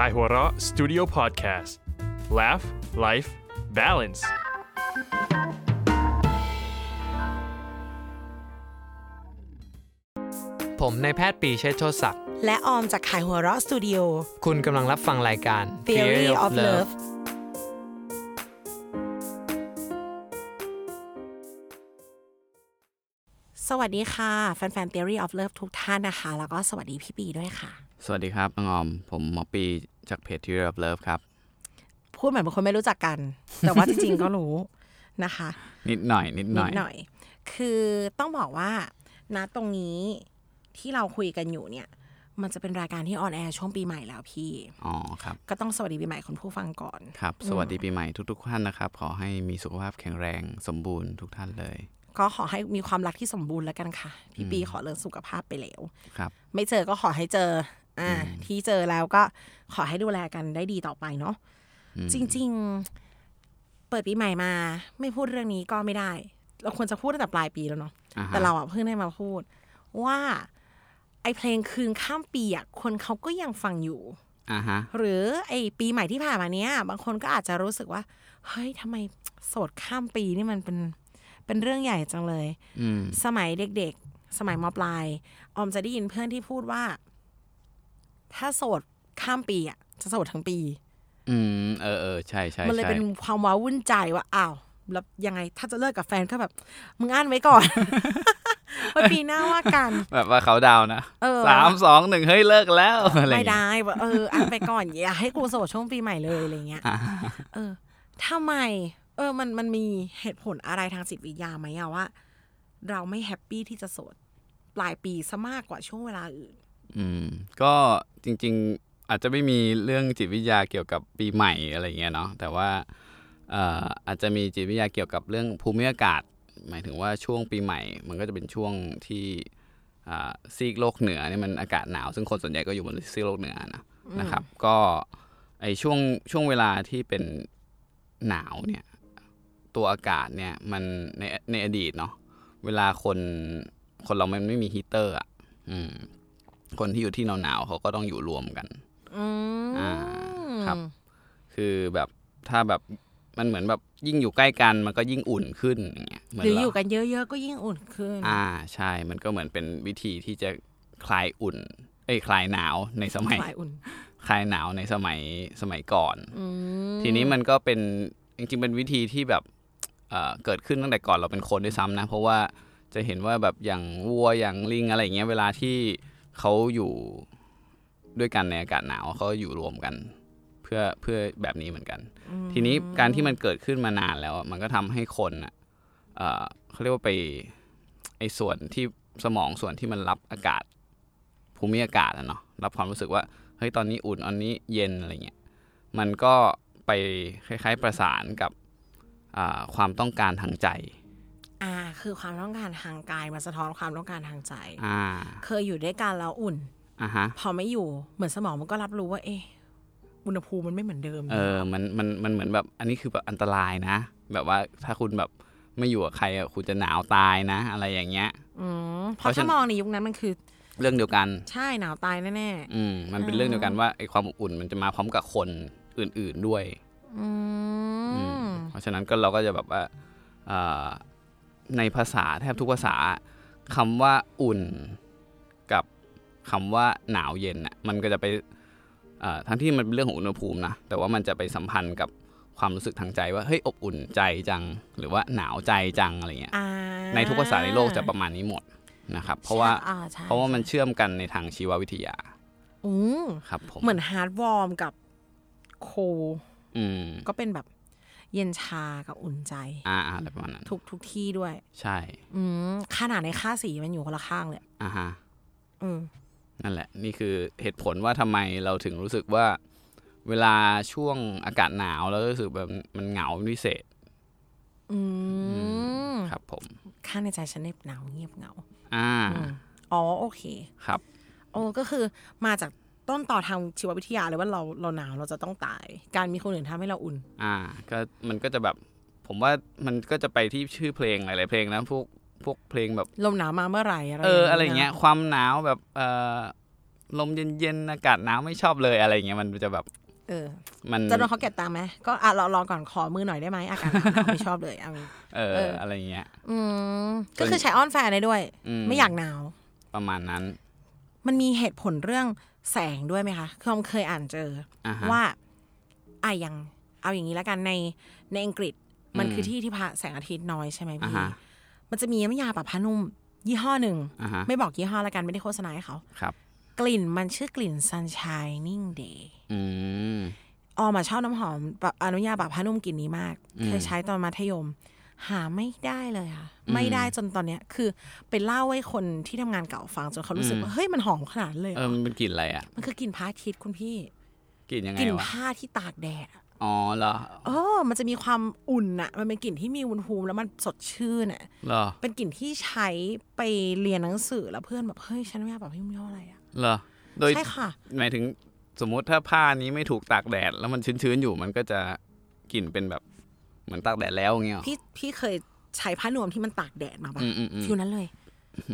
Kai Hora Studio Podcast. Laugh, Life, Balance. ผมนายแพทย์ปรีเชษฐ์โชติศักดิ์ และออมจากขายหัวเราะสตูดิโอ คุณกำลังรับฟังรายการ Theory of Love สวัสดีค่ะ แฟนๆ Theory of Love ทุกท่านนะคะ แล้วก็สวัสดีพี่ปีด้วยค่ะ สวัสดีครับน้องออม ผมหมอปีจากเพจที่เลิฟเลิฟครับ พูดเหมือนเป็นคนไม่รู้จัก กัน แต่ว่าจริงๆ ก็รู้นะคะ นิดหน่อย นิดห นิ น่อ ด ย หน่อย คือต้องบอกว่าณตรงนี้ที่เราคุยกันอยู่เนี่ย มันจะเป็นรายการที่ออนแอร์ช่วงปีใหม่แล้วพี่ อ๋อครับ ก็ต้องสวัสดีปีใหม่คุณผู้ฟังก่อน ครับ สวัสดีปีใหม่ทุกๆท่านนะครับ ขอให้มีสุขภาพแข็งแรงสมบูรณ์ทุกท่านเลย ก็ขอให้มีความรักที่สมบูรณ์แล้วกันค่ะ พี่ปีขอเรื่องสุขภาพไปแล้ว ครับ ไม่เจอก็ขอให้เจอ อ่า ที่เจอแล้วก็ขอให้ดูแลกันได้ดีต่อไปเนาะ จริง ๆ เปิดปีใหม่มา ไม่พูดเรื่องนี้ก็ไม่ได้ เราควรจะพูดตั้งแต่ปลายปีแล้วเนาะ อ่าฮะ แต่เราอ่ะเพิ่งได้มาพูด ว่าไอเพลงคืนข้ามปีอ่ะคนเขาก็ยังฟังอยู่ อ่าฮะ หรือไอปีใหม่ที่ผ่านมาเนี้ยบางคนก็อาจจะรู้สึกว่า เฮ้ยทำไมโสดข้ามปีนี่มันเป็นเป็นเรื่องใหญ่จังเลย อืม สมัยเด็กๆ สมัยมปลาย ออมจะได้ยินเพื่อนที่พูดว่า ถ้าโสดข้ามปีอ่ะจะโสดทั้งปี อืม เออเออใช่ใช่ มันเลย ใช่ เป็นความว้าวุ่นใจว่าอ้าวแล้วยังไงถ้าจะเลิกกับแฟนก็แบบ มึงอ่านไว้ก่อน ไว้ปีหน้าว่ากัน แบบว่าเขาดาวน์นะ เออ สามสองหนึ่งเฮ้ยเลิกแล้วอะไรอ ไม่ ย่างเงี้ย ได้ว่าเอออ่านไปก่อนอย่าให้กูโสดช่วงปีใหม่เลยอะไรเงี้ย อ่า เออทำไม เออ มันมันมีเหตุผลอะไรทางจิตวิทยาไหมอะว่า เราไม่แฮปปี้ที่จะโสดปลายปีซะมากกว่าช่วงเวลาอื่น อืม ก็จริง ๆ อาจจะไม่มีเรื่องจิตวิทยาเกี่ยวกับปีใหม่อะไรเงี้ยเนาะ แต่ว่าเอ่ออาจจะมีจิตวิทยาเกี่ยวกับเรื่องภูมิอากาศ หมายถึงว่าช่วงปีใหม่ มันก็จะเป็นช่วงที่อ่าซีกโลกเหนือเนี่ยมันอากาศหนาว ซึ่งคนส่วนใหญ่ก็อยู่บนซีกโลกเหนือนะนะครับ ก็ไอช่วงช่วงเวลาที่เป็นหนาวเนี่ยตัวอากาศเนี่ยมันในในอดีตเนาะเวลาคนคนเรามันไม่มีฮีเตอร์อ่ะอืมคนที่อยู่ที่หนาวๆเขาก็ต้องอยู่รวมกัน อืม อ่าครับ คือแบบถ้าแบบมันเหมือนแบบยิ่งอยู่ใกล้กันมันก็ยิ่งอุ่นขึ้นอย่างเงี้ยเหมื ห น รือ เรา อยู่กันเยอะๆ ก็ยิ่งอุ่นขึ้น อ่าใช่ มันก็เหมือนเป็นวิธีที่จะคลายอุ่น เอ้ยคลายหนาวในสมัย คลายอุ่น คลายหนาวในสมัยสมัยก่อน อืม ทีนี้มันก็เป็นจริงๆเป็นวิธีที่แบบเอ่อเกิดขึ้นตั้งแต่ก่อนเราเป็นคนด้วยซ้ำนะ เพราะว่าจะเห็นว่าแบบอย่างวัวอย่างลิงอะไรอย่างเงี้ยเวลาที่เขาอยู่ด้วยกันในอากาศหนาวเขาอยู่รวมกัน เพื่อเพื่อแบบนี้เหมือนกัน ทีนี้การที่มันเกิดขึ้นมานานแล้วอะมันก็ทำให้คนอะเอ่อเขาเรียกว่าไปไอ้ส่วนที่สมองส่วนที่มันรับอากาศภูมิอากาศอะเนาะรับความรู้สึกว่าเฮ้ยตอนนี้อุ่นตอนนี้เย็นอะไรเงี้ยมันก็ไปคล้ายๆประสานกับอ่าความต้องการทางใจ อ่า คือความต้องการทางกายมาสะท้อนความต้องการทางใจ อ่า เคยอยู่ด้วยกันแล้วอุ่น อ่ะฮะ พอไม่อยู่ เหมือนสมองมันก็รับรู้ว่า เอ๊ะอุณหภูมิมันไม่เหมือนเดิม เออมันมันมันเหมือนแบบอันนี้คือแบบอันตรายนะ แบบว่าถ้าคุณแบบไม่อยู่กับใครอะคุณจะหนาวตายนะ อะไรอย่างเงี้ย มเพ เพ ราะ ราะฉะนั้ ถ้าน มองในยุคนั้นมันคือ เรื่องเดียวกัน ใช่หนาวตายแน่ อืมมันเป็นเรื่องเดียวกันว่าไอ้ความอบอุ่นมันจะมาพร้อมกับคนอื่น ๆด้วย ๆอื อืม ม เพราะฉะนั้นก็เราก็จะแบบว่าเอ่อในภาษาแทบทุกภาษาคำว่าอุ่นกับคำว่าหนาวเย็นน่ะมันก็จะไปเอ่อทั้งที่มันเป็นเรื่องของอุณหภูมินะแต่ว่ามันจะไปสัมพันธ์กับความรู้สึกทางใจว่าเฮ้ยอบอุ่นใจจัง หรือว่าหนาวใจจังอะไรเงี้ย อ่า ในทุกภาษาในโลกจะประมาณนี้หมดนะครับ เพราะว่า ใช่อ่ใช่ เพราะว่ามันเชื่อมกันในทางชีววิทยา อืม ครับผม เหมือนฮาร์ดวอร์มกับโคล อืม ก็เป็นแบบ เย็นชากับอุ่นใจ อ่าอะไรประมาณนั้น ทุกทุกที่ด้วย ใช่ อืมขนาดในค่าสีมันอยู่คนละข้างเลย อ่าฮะ อืม นั่นแหละ นี่คือเหตุผลว่าทำไมเราถึงรู้สึกว่า เวลาช่วงอากาศหนาวแล้วรู้สึกแบบมันเหงาเป็นพิเศษ อืม ครับผม ข้างในใจฉันเหน็บหนาวเงียบเหงา อ่า อืมอ๋อโอเค ครับ โอ้ก็คือมาจากต้นต่อทางชีววิทยาเลยว่าเราเราหนาวเราจะต้องตาย การมีคนอื่นทำให้เราอุ่น อ่าก็มันก็จะแบบผมว่ามันก็จะไปที่ชื่อเพลงหลาย ๆ เพลงนะพวกพวกเพลงแบบ ลมหนาวมาเมื่อไหร่อะไร เอออะไรเงี้ย ความหนาวแบบเออลมเย็น ๆ อากาศหนาวไม่ชอบเลยอะไรเงี้ยมันจะแบบ เออ มัน จะโดนเขาเก็บตามไหมก็อ่ะเรารอก่อนขอมือหน่อยได้ไหมอาการหนาวไม่ชอบเลยเอางี้ เออ เอออ อะไรเงี้ย อืมก็คือใช้อ้อนแฟนได้ด้วย อืม ไม่อยากหนาว ประมาณนั้น มันมีเหตุผลเรื่องแสงด้วยไหมคะคือผมเคยอ่านเจอ อ่าฮะ ว่าอ่ะอย่างเอาอย่างนี้แล้วกันในในอังกฤษมัน อืม คือที่ที่พระแสงอาทิตย์น้อยใช่ไหม อ่า พี่ ฮะ มันจะมีน้ำยาปรับผ้านุ่ม ยี่ห้อหนึ่ง อ่าฮะ ไม่บอกยี่ห้อละกันไม่ได้โฆษณาให้เขา ครับ กลิ่นมันชื่อกลิ่น Sunshining Day อืม ออมมาชอบน้ำหอมแบบอนุญาปรับผ้านุ่มกลิ่นนี้มาก อืม เคยใช้ตอนมัธยม หาไม่ได้เลยค่ะ ไม่ได้จนตอนเนี้ย คือไปเล่าให้คนที่ทำงานเก่าฟังจนเขารู้สึก อืม ว่า เฮ้ยมันหอมขนาดนั้นเลยเหร เอ อ อมันเป็นกลิ่นอะไรอ่ะ มันคือกลิ่นพระอาทิตย์คุณพี่ กลิ่นยังไง กลิ่น วะ ผ้าที่ตากแดดอะ อ๋อเหรอ เออ มันจะมีความอุ่นอะมันเป็นกลิ่นที่มีอุณหภูมิแล้วมันสดชื่นอะ เหรอ เป็นกลิ่นที่ใช้ไปเรียนหนังสือแล้วเพื่อนแบบเฮ้ยฉันไม่อยากแบบพี่มึงอะไรอะ เหรอโดย ใช่ค่ะ หมายถึงสมมุติถ้าผ้านี้ไม่ถูกตากแดด แล้วมันชื้น ๆ อยู่มันก็จะกลิ่นเป็นแบบเหมือนตากแดดแล้วอย่างเงี้ยหรอ พี่พี่เคยใช้ผ้านวมที่มันตากแดดมาปะ อืมอืมอืม ฟิวนั้นเลย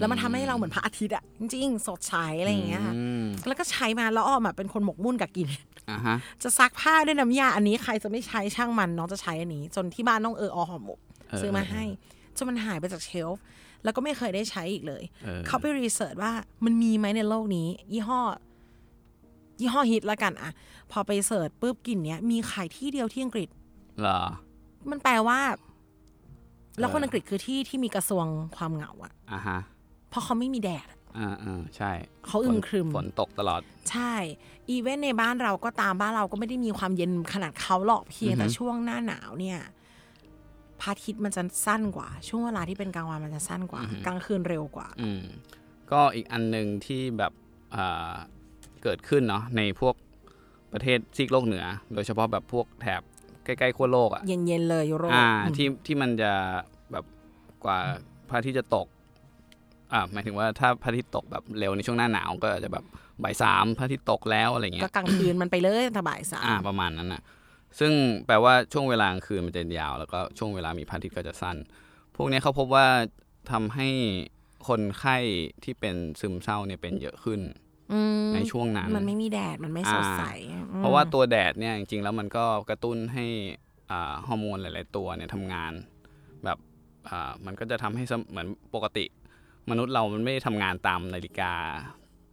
แล้วมันทำให้เราเหมือนพระอาทิตย์อะจริงๆ สดใสอะไรอย่างเงี้ยค่ะ อืม แล้วก็ใช้มาแล้วออมอะเป็นคนหมกมุ่นกับกลิ่น อ่าฮะ จะซักผ้าด้วยน้ำยาอันนี้ใครจะไม่ใช้ช่างมันน้องจะใช้อันนี้ จนที่บ้านต้องเออออหอมหมก เออ ซื้อมาให้จนมันหายไปจากเชลฟ์แล้วก็ไม่เคยได้ใช้อีกเลย เออ เขาไปรีเสิร์ชว่ามันมีไหมในโลกนี้ ยี่ห้อ ยี่ห้อฮิตละกันอะพอไปเสิร์ชปุ๊บกลิ่นเนี้ยมีขายที่เดียวที่อังกฤษ เหรอ มันแปลว่า แล้วคน เอออั อังกฤษคือที่ที่มีกระทรวงความเหงาอะ อ่าฮะ เพราะเขาไม่มีแดดอะ อ่าอ่าใช่ เขาอึมครึม ฝนตกตลอด ใช่ อีเวนในบ้านเราก็ตามบ้านเราก็ไม่ได้มีความเย็นขนาดเขาหรอกเพียง อือฮึ แต่ช่วงหน้าหนาวเนี่ยพระอาทิตย์มันจะสั้นกว่า ช่วงเวลาที่เป็นกลางวันมันจะสั้นกว่า กลางคืนเร็วกว่า อืมก็อีกอันหนึ่งที่แบบอ่าเกิดขึ้นเนาะในพวกประเทศซีกโลกเหนือ โดยเฉพาะแบบพวกแถบใกล้ๆขั้วโลกอ่ะ เย็นๆเลยยุโรป อ่า อืม ที่ที่มันจะแบบกว่าพระอาทิตย์จะตกอ่าหมายถึงว่าถ้าพระอาทิตย์ตกแบบเร็วในช่วงหน้าหนาวก็อาจจะแบบบ่ายสามพระอาทิตย์ตกแล้วอะไรเงี้ย ก็กลางคืนมันไปเลยสบายสา อ่าประมาณนั้นน่ะ ซึ่งแปลว่าช่วงเวลากลางคืนมันจะยาว แล้วก็ช่วงเวลามีพระอาทิตย์ก็จะสั้น พวกเนี้ยเขาพบว่าทำให้คนไข้ที่เป็นซึมเศร้าเนี่ยเป็นเยอะขึ้น อืม ในช่วงนั้น มันไม่มีแดดมันไม่สดใสอืม เพราะว่าตัวแดดเนี่ยจริงๆ แล้วมันก็กระตุ้นให้อ่าฮอร์โมนหลายๆตัวเนี่ยทำงาน แบบอ่ามันก็จะทำให้สมเหมือนปกติ มนุษย์เรามันไม่ได้ทำงานตามนาฬิกา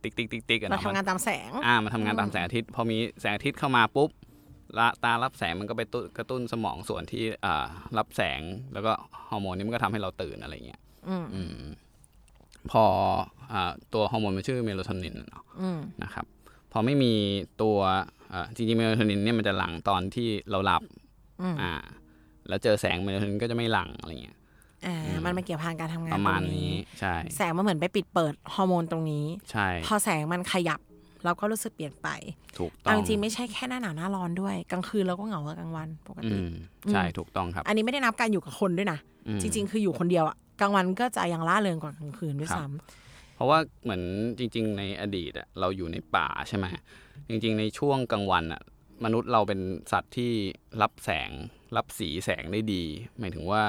ติ๊กติ๊กติ๊กติ๊กอะ เรา นะ ทำงานตามแสง อ่ามาทำงานตามแสงอาทิตย์ พอมีแสงอาทิตย์เข้ามาปุ๊บละตารับแสงมันก็ไปตุกระตุ้นสมองส่วนที่อ่ารับแสงแล้วก็ฮอร์โมนนี้มันก็ทำให้เราตื่นอะไรเงี้ย อืม อืมพออ่าตัวฮอร์โมนมันชื่อเมโลโทนินเนาะ อืม นะครับ พอไม่มีตัวอ่าจริงๆเมโลโทนินเนี่ยมันจะหลั่งตอนที่เราหลับ อืม อ่า แล้วเจอแสงเมโลโทนินก็จะไม่หลั่งอะไรเงี้ย อ่ามันมาเกี่ยวพันการทำงาน ประมาณ ตง นี้ใช่ แสงมันเหมือนไปปิดเปิดฮอร์โมนตรงนี้ ใช่ พอแสงมันขยับ เราก็รู้สึกเปลี่ยนไป ถูกต้อ เอา ง จริงๆไม่ใช่แค่หน้าหนาวหน้าร้อนด้วย กลางคืนเราก็เหงากว่ากลางวันปก อื ติ มใช่ถูกต้องครับ อันนี้ไม่ได้นับการอยู่กับคนด้วยนะ อืม จริง ๆ คืออยู่คนเดียวอะกลางวันก็จะยังล่าเริงกว่ากลางคืนด้วย ครับ ซ้ เพราะว่าเหมือนจริง ๆ ในอดีตอะเราอยู่ในป่าใช่ไหมจริง ๆ ในช่วงกลางวันอะมนุษย์เราเป็นสัตว์ที่รับแสงรับสีแสงได้ดี หมายถึงว่า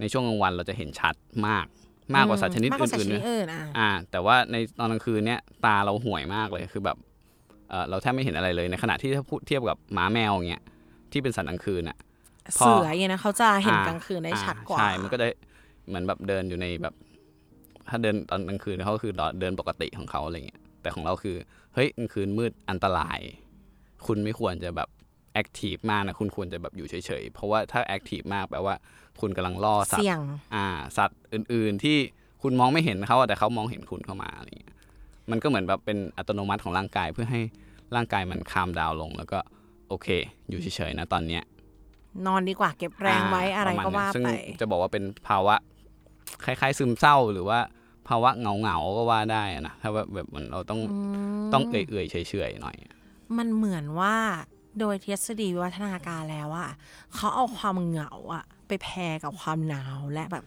ในช่วงกลางวันเราจะเห็นชัดมาก ำ มากกว่าสัตว์ชนิด มากกว่าสัต อื่ ว์ช นๆ นิ ด้ดวย อื่นอ่ะ อ่า แต่ว่าในตอนกลางคืนเนี้ยตาเราห่วยมากเลยคือแบบเอ่อเราแทบไม่เห็นอะไรเลยในขณะที่ถ้าพูดเทียบกับหมาแมวอย่างเงี้ยที่เป็นสัตว์กลางคืนอะ พอ เสือเนี่ยนะเขาจะเห็น อ่ กลางคืนได้ อ่ ชัดกว่า ใช่มันก็จะเหมือนแบบเดินอยู่ในแบบ ถ้าเดินตอนกลางคืนเขาก็คือเดินปกติของเขาอะไรเงี้ย แต่ของเราคือ เฮ้ยกลางคืนมืดอันตราย คุณไม่ควรจะแบบแอคทีฟมากนะ คุณควรจะแบบอยู่เฉยๆ เพราะว่าถ้าแอคทีฟมากแปลว่าคุณกำลังล่อสัต เสี่ ว์ ยง อ่า สัตว์อื่นๆ ที่คุณมองไม่เห็นเขาอะแต่เขามองเห็นคุณเข้ามาอะไรเงี้ย มันก็เหมือนแบบเป็นอัตโนมัติของร่างกายเพื่อให้ร่างกายมันคามดาวน์ลง แล้วก็โอเค อยู่เฉยๆนะตอนเนี้ย นอนดีกว่าเก็บแรงไว้อะไร ปมณ ก็ นั้น ว่า ซึ่ง ไป จะบอกว่าเป็นภาวะคล้ายๆซึมเศร้าหรือว่า ภาวะเหงาเหงาๆก็ว่าได้อะนะถ้าว่าแบบเหมันเราต้องต้องเอื่อยๆเฉยๆหน่อย มันเหมือนว่าโดยทฤษฎีวิวัฒนาการแล้วอะเขาเอาความเหงาอะไปแพรกับความหนาวและแบบ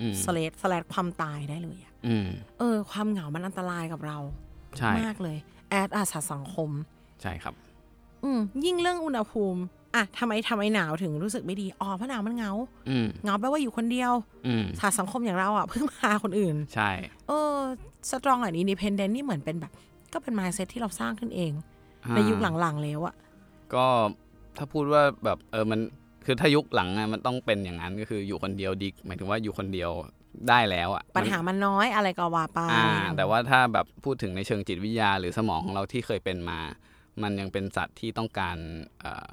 อืม สเลดสแลดความตายได้เลยอะ อืม เออ ความเหงามันอันตรายกับเรา ใช่ มากเลย แอดอาสาสังคม ใช่ครับ อืมยิ่งเรื่องอุณหภูมิอะทำไมทำไมหนาวถึงรู้สึกไม่ดีอ๋อเพราะหนาวมันเหงา อืม เหงาแปลว่าอยู่คนเดียว อืม สาสังคมอย่างเราอะเพิ่ง พาคนอื่น ใช่ เออสตรองอันอินดิเพนเดนนี่เหมือนเป็นแบบ ก็เป็นมายเซ็ตที่เราสร้างขึ้นเอง ในยุคหลังๆแล้วอะ ก็ถ้าพูดว่าแบบเออมันคือถ้ายุคหลังอะมันต้องเป็นอย่างนั้นก็คืออยู่คนเดียวดีหมายถึงว่าอยู่คนเดียวได้แล้วอ่ะ ปัญหามันน้อยอะไรก็ว่าไป อ่า แต่ว่าถ้าแบบพูดถึงในเชิงจิตวิทยาหรือสมองของเราที่เคยเป็นมา มันยังเป็นสัตว์ที่ต้องการเอ่อ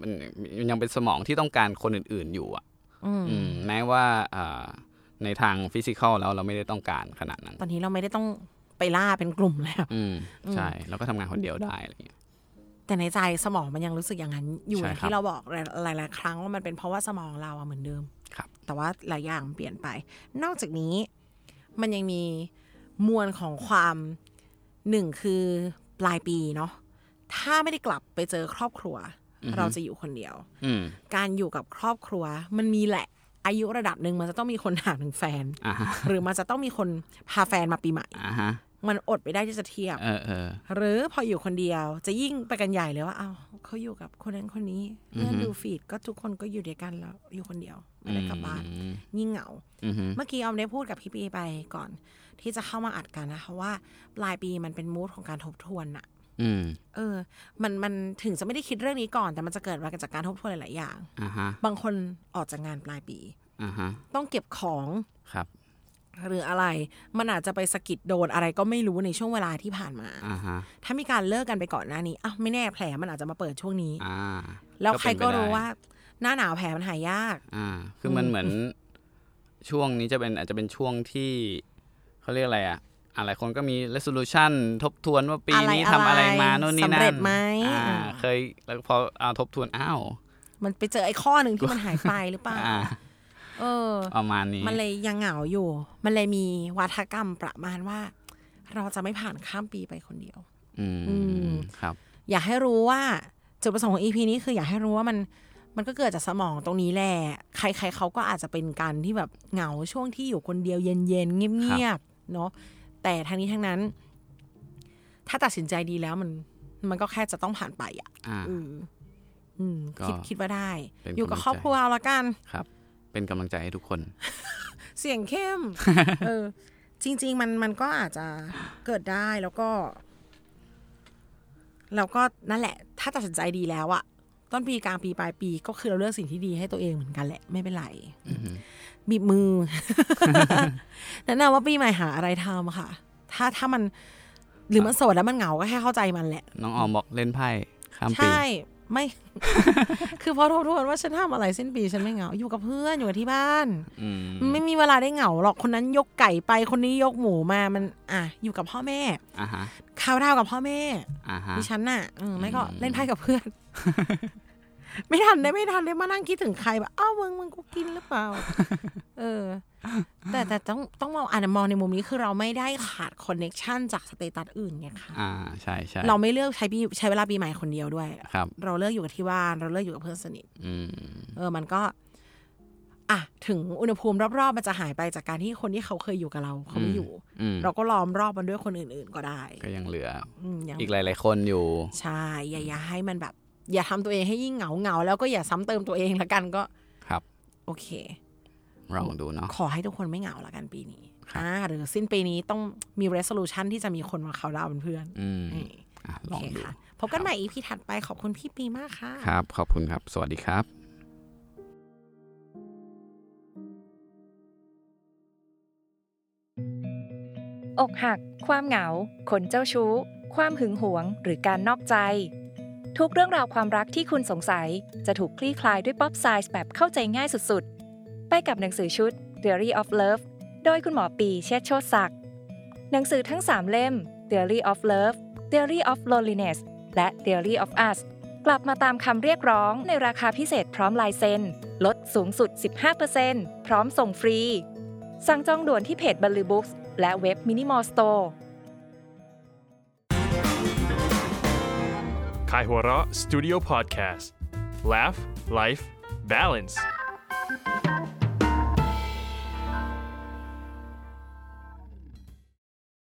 มันมันยังเป็นสมองที่ต้องการคนอื่น ๆ อยู่อ่ะ อืม อืมแม้ว่าเอ่อในทางฟิสิกอลแล้วเราไม่ได้ต้องการขนาดนั้น ตอนนี้เราไม่ได้ต้องไปล่าเป็นกลุ่มแล้ว อืมใช่เราก็ทำงานคนเดียวได้อะไรอย่างเงี้ย แต่ในใจสมองมันยังรู้สึกอย่างนั้นอยู่ ใช่ อย่าง ครับ ที่เราบอกหลายๆครั้งว่ามันเป็นเพราะว่าสมองเราอะเหมือนเดิม ครับ แต่ว่าหลายอย่างเปลี่ยนไป นอกจากนี้มันยังมีมวลของความหนึ่งคือปลายปีเนาะถ้าไม่ได้กลับไปเจอครอบครัว เราจะอยู่คนเดียว อืม การอยู่กับครอบครัวมันมีแหละ อายุระดับหนึ่งมันจะต้องมีคนถามถึงแฟ น อ่าฮะ หรือมันจะต้องมีคนพาแฟนมาปีใหม่ อ่าฮะ มันอดไม่ได้ที่จะเทียบ เออเออ หรือพออยู่คนเดียวจะยิ่งไปกันใหญ่เลยว่าอ้าวเขาอยู่กับคนนั้นคนนี้เพื่อนดูฟีดก็ทุกคนก็อยู่ด้วยกันแล้วอยู่คนเดียวไม่ได้กลับบ้าน อืม ยิ่งเหงา อือฮึ เมื่อกี้ออมได้พูดกับพี่ปีไปก่อน ที่จะเข้ามาอัดกันนะคะว่าปลายปีมันเป็นมูดของการทบทวนอะ อืม เออ มันมันถึงจะไม่ได้คิดเรื่องนี้ก่อน แต่มันจะเกิดมาจากการทบทวนหลายๆอย่าง อ่าฮะ บางคนออกจากงานปลายปี อ่าฮะ ต้องเก็บของ ครับ หรืออะไร มันอาจจะไปสะกิดโดนอะไรก็ไม่รู้ในช่วงเวลาที่ผ่านมา อ่าฮะ ถ้ามีการเลิกกันไปก่อนหน้านี้อ้าวไม่แน่แผลมันอาจจะมาเปิดช่วงนี้ อ่า แล้วใครก็ เป็นไปได้ รู้ว่า หน้าหนาวแผลมันหายยาก อ่า คือมันเหมือนช่วงนี้จะเป็นอาจจะเป็นช่วงที่เขาเรียกอะไรอ่ะอ่ะหลายคนก็มี resolution ทบทวนว่าปี อะไร นี้ทำอะไรมา อะไร โน่นนี่ สำ นั่น เร็จไหม อ่า อ่า เคยแล้วพอเอาทบทวนอ้าว มันไปเจอไอ้ข้อหนึ่งที่มันหายไปหรือเปล่า อ่า เออ ประมาณนี้ มันเลยยังเหงาอยู่ มันเลยมีวัฒกรรมประมาณว่า เราจะไม่ผ่านข้ามปีไปคนเดียว อื อืม มครับ อยากให้รู้ว่าจุดประสงค์ของ EP นี้คืออยากให้รู้ว่ามันมันก็เกิดจากสมองตรงนี้แหละใคร ๆเขาก็อาจจะเป็นกันที่แบบเหงาช่วงที่อยู่คนเดียวเย็นๆเงียบๆเนาะแต่ทั้งนี้ทั้งนั้น ถ้าตัดสินใจดีแล้วมัน มันก็แค่จะต้องผ่านไปอ่ะ อ่า อืมอืม ก็ คิดคิดว่าได้ เป็น อยู่กับ กำลังใจ ครอบครัวเอาละกัน ครับ เป็นกำลังใจให้ทุกคน เสียงเข้ม เออ จริง ๆ มันมันก็อาจจะเกิดได้แล้วก็ แล้วก็นั่นแหละ ถ้าตัดสินใจดีแล้วอะต้นปีกลางปีปลายปีก็คือเราเลือกสิ่งที่ดีให้ตัวเองเหมือนกันแหละ ไม่เป็นไรบีบมือ แนะนำว่าปีใหม่หาอะไรทำค่ะ ถ้าถ้ามันหรือมันโสดแล้วมันเหงาก็แค่เข้าใจมันแหละ น้องออมบอกเล่นไพ่ข้ามปี ใช่ ไม่ คือพอทบทวนว่าฉันทำอะไรสิ้นปีฉันไม่เหงา อยู่กับเพื่อนอยู่กับที่บ้าน อืม ไม่มีเวลาได้เหงาหรอกคนนั้นยกไก่ไปคนนี้ยกหมูมามัน อ่ะอยู่กับพ่อแม่ อ่าฮะ ข่าวดาวกับพ่อแม่ อ่าฮะ ดิฉันน่ะเออไม่ก็ อืม เล่นไพ่กับเพื่อน ไม่ทันได้ไม่ทันได้มานั่งคิดถึงใครแบบอ้าวมึงมึงกูกินหรือเปล่า เออ แต่แต่ต้องต้องมองอ่านมองในมุมนี้คือเราไม่ได้ขาดคอนเน็ชันจากสเตตัสอื่นไงคะ อ่าใช่ใช่ เราไม่เลือกใช้ปีใช้เวลาปีใหม่คนเดียวด้วย ครับ เราเลือกอยู่กับที่บ้านเราเลือกอยู่กับเพื่อนสนิท อืม เออ มันก็ อ่ะ ถึงอุณหภูมิรอบๆ มันจะหายไปจากการที่คนที่เขาเคยอยู่กับเราเขาไม่อยู่ อืม เราก็ล้อมรอบมันด้วยคนอื่นๆก็ได้ ก็ยังเหลือ อืมอย่าง อีกหลาย ๆ คนอยู่ ใช่ อย่าอย่าให้มันแบบ อย่าทำตัวเองให้ยิ่งเหงาเหงาๆแล้วก็อย่าซ้ำเติมตัวเองละกันก็ ครับ โอเค ลองดูเนาะ ขอให้ทุกคนไม่เหงาละกันปีนี้ ครับ อ่าหรือสิ้นปีนี้ต้องมี resolution ที่จะมีคนมาเขาเล่าเป็นเพื่อน อืม นี่ อ่ะ โอ ลอง เค ดู ค่ะ พบกันใหม่ EP ถัดไปขอบคุณพี่ปีมากค่ะ ครับ ขอบคุณครับ สวัสดีครับ อกหัก ความเหงา คนเจ้าชู้ ความหึงหวง หรือการนอกใจ ทุกเรื่องราวความรักที่คุณสงสัย จะถูกคลี่คลายด้วยป๊อปไซส์แบบเข้าใจง่ายสุดๆ ไปกับหนังสือชุด Theory of Love โดยคุณหมอปีเชษฐ์โชติศักดิ์หนังสือทั้ง 3 เล่ม Theory of Love Theory of Loneliness และ Theory of Us กลับมาตามคำเรียกร้องในราคาพิเศษพร้อมลายเซ็นลดสูงสุด 15%พร้อมส่งฟรี สั่งจองด่วนที่เพจบัลลือบุ๊ก และเว็บ Minimal Store Kaihura Studio Podcast Laugh Life Balance